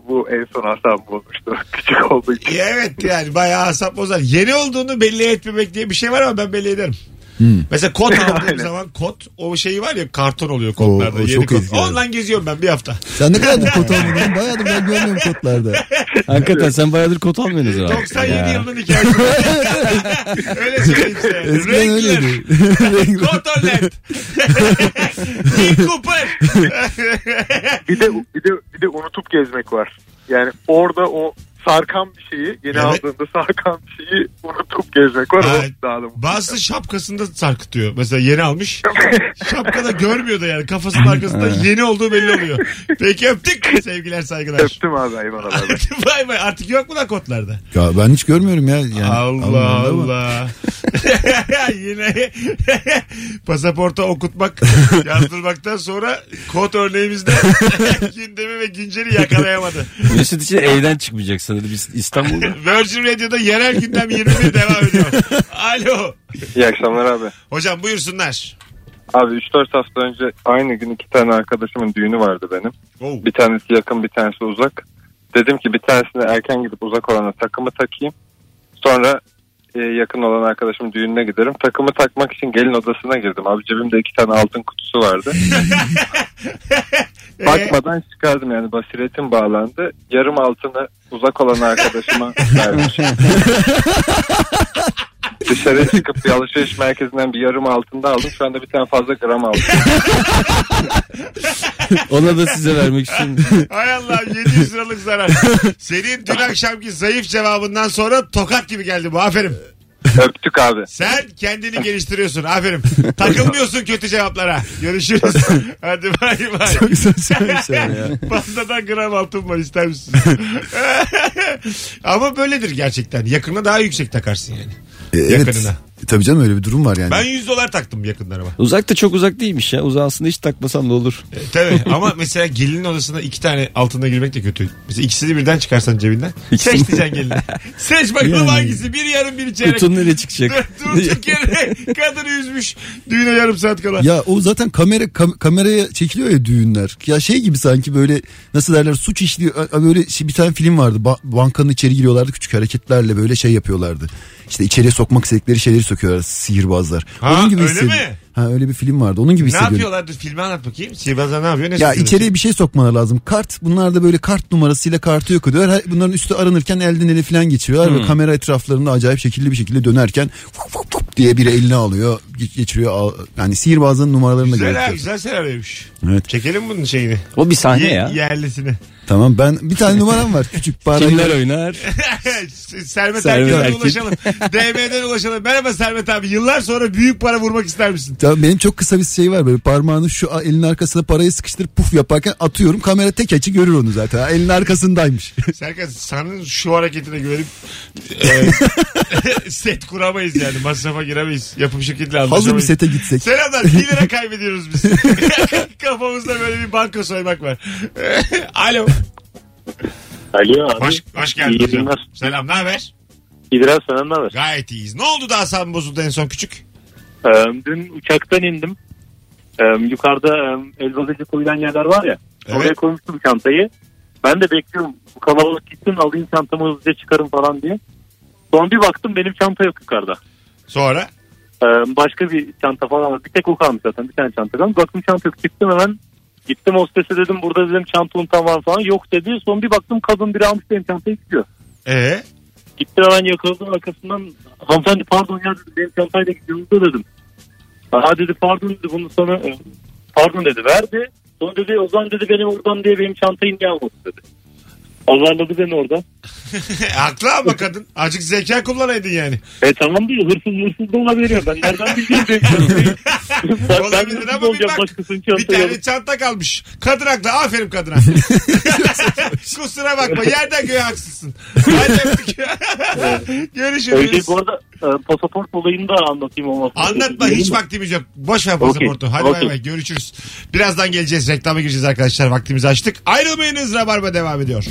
bu en son asabım bozmuştu. Küçük olduğu için. Evet yani bayağı asap bozar. Yeni olduğunu belli etmemek diye bir şey var ama ben belli ederim. Hmm. Mesela kot aldığım Aynen. zaman kot o şeyi var ya karton oluyor kotlarda. O- o yeni çok kot. eski yani. Ondan geziyorum ben bir hafta. Sen ne kadardır kot almadın? oğlum? Bayağıdır ben görmüyorum kotlarda. Hakikaten sen bayağıdır kot almıyorsunuz herhalde. 97 Ya. yılının hikayesi. öyle söyleyeyim size. Eskiden Wrangler, öyleydi. Cottonland. Lee Cooper. Bir de bir de bir de unutup gezmek var. Yani orada o sarkan bir şeyi yeni Evet. aldığında sarkan bir şeyi unutup gezmek var. Evet. O daha da mutluluk. Bazısı şapkasında sarkıtıyor. Mesela yeni almış. Şapkada görmüyor da yani. Kafasının arkasında yeni olduğu belli oluyor. Peki öptük. Sevgiler saygılar. Öptüm abi eyvallah. Vay vay artık yok mu lan kotlarda? Ya ben hiç görmüyorum ya. Yani, Allah Allah. Yine pasaporta okutmak yazdırmaktan sonra kod örneğimizde gündemi ve günceli yakalayamadı. Mesut için evden çıkmayacak sanırım biz İstanbul'da. Virgin Radio'da yerel gündem 21 devam ediyor. Alo. İyi akşamlar abi. Hocam buyursunlar. Abi 3-4 hafta önce aynı gün iki tane arkadaşımın düğünü vardı benim. Oo. Bir tanesi yakın bir tanesi uzak. Dedim ki bir tanesine erken gidip uzak olana takımı takayım. Sonra e, yakın olan arkadaşımın düğününe giderim. Takımı takmak için gelin odasına girdim. Abi cebimde iki tane altın kutusu vardı. Ee, Bakmadan çıkardım yani basiretim bağlandı. Yarım altını uzak olan arkadaşıma vermişim. Dışarı çıkıp bir alışveriş merkezinden bir yarım altında aldım. Şu anda bir tane fazla gram aldım. Ona da size vermek istiyorum. Hay Allah 700 liralık zarar. Senin dün akşamki zayıf cevabından sonra tokat gibi geldi bu. Aferin. Öptük abi. Sen kendini geliştiriyorsun. Aferin. Takılmıyorsun kötü cevaplara. Görüşürüz. Hadi bay bay. Çok güzel söylemişler ya. Pandadan gram altın var ister misiniz? Ama böyledir gerçekten. Yakına daha yüksek takarsın yani. E, evet. Yakınına. Tabii canım öyle bir durum var yani. Ben 100 dolar taktım yakınlarıma. Uzak da çok uzak değilmiş ya. Uzağı aslında hiç takmasam da olur. E, tabii ama mesela gelinin odasına iki tane altına girmek de kötü. Mesela ikisini birden çıkarsan cebinden. İkisini- Seç diyeceksin gelini. Seç bakalım Yani. hangisi. Biri yarım biri çeyrek. Kutun nereye Dur, çıkacak? durduk yere kadını üzmüş. Düğüne yarım saat kala. Ya o zaten kamera kam- kameraya çekiliyor ya düğünler. Ya şey gibi sanki böyle nasıl derler suç işliyor. A- Böyle şey, bir tane film vardı. Ba- bankanın içeri giriyorlardı küçük hareketlerle böyle şey yapıyorlardı. İşte içeriye sokmak istedikleri şeyleri söküyorlar sihirbazlar. Ha, öyle hissedi- mi? Ha öyle bir film vardı. Onun gibi ne hissediyorum. yapıyorlardı? Filmi anlat bakayım. Sihirbazlar ne yapıyor? Ne Ya söylüyor? içeriye bir şey sokmaları lazım. Kart bunlar da böyle kart numarasıyla kartı yok ediyor. Her- Bunların üstü aranırken elden ele falan geçiriyorlar ve kamera etraflarında acayip şekilli bir şekilde dönerken vup vup vup diye biri eline alıyor ge- geçiriyor. Al- Yani sihirbazların numaralarını da Güzel ha, görüyoruz. güzel senaryoymuş. Evet. Çekelim bunun şeyini. O bir sahne ya. Yerlisini. Tamam ben bir tane numaram var küçük parayla. Kimler oynar? Sermet, Sermet Erkin'e Erkin. ulaşalım. DM'den ulaşalım. Merhaba Sermet abi. Yıllar sonra büyük para vurmak ister misin? Tamam, benim çok kısa bir şey var böyle parmağını şu a- elin arkasına parayı sıkıştırıp puf yaparken atıyorum kamera tek açı görür onu zaten. Ha, elin arkasındaymış. Serkan senin şu hareketine güvenip e, set kuramayız yani. Masrafa giremeyiz. Yapım şirketiyle anlaşamayız. Hazır bir sete gitsek. Selamlar. 1 lira kaybediyoruz biz. Kafamızda böyle bir banka soymak var. Alo. Alo abi. Hoş, hoş geldin İyi hocam. günler. Selam. Ne haber? İdrar sana ne haber? Gayet iyiyiz. Ne oldu da asabın bozuldu en son küçük? Ee, dün uçaktan indim. Ee, yukarıda e, elbazıcı koyulan yerler var ya. Evet. Oraya koymuştum çantayı. Ben de bekliyorum. Bu kalabalık gitsin alayım çantamı hızlıca çıkarım falan diye. Sonra bir baktım benim çanta yok yukarıda. Sonra? Ee, başka bir çanta falan var. Bir tek o kalmış zaten. Bir tane çanta kalmış. Baktım çanta yok. Çıktım hemen. Gittim hostese dedim burada dedim çanta unutan var mı falan. Yok dedi. Son bir baktım kadın biri almış benim çantayı gidiyor. Ee? Gittim hemen yakaladım arkasından hanımefendi pardon ya dedi benim çantayla gidiyordu dedim. Aha dedi pardon dedi bunun sonra e, pardon dedi verdi. Sonra dedi o zaman dedi benim oradan diye benim çantayı niye almadı dedi. Azarladı beni orada. Haklı ama kadın. Azıcık zeka kullanaydın yani. E tamam diyor hırsız hırsız da olabilir ya. Ben nereden bileceğim benim çantayı. ben, ben Olabilir hırsız ama bir olacağım bak. başkasının Bir çantayı alıp. tane çanta kalmış. Kadın haklı. Aferin kadına. Kusura bakma. Yerden göğe haksızsın. Hadi öptük. Öyle Görüşürüz. bu arada e, pasaport olayını da anlatayım olmaz. Anlatma hiç vaktimiz yok. Boş ver pasaportu. Hadi bay Okey. bay görüşürüz. Birazdan geleceğiz. Reklama gireceğiz arkadaşlar. Vaktimizi açtık. Ayrılmayınız. Rabarba devam ediyor.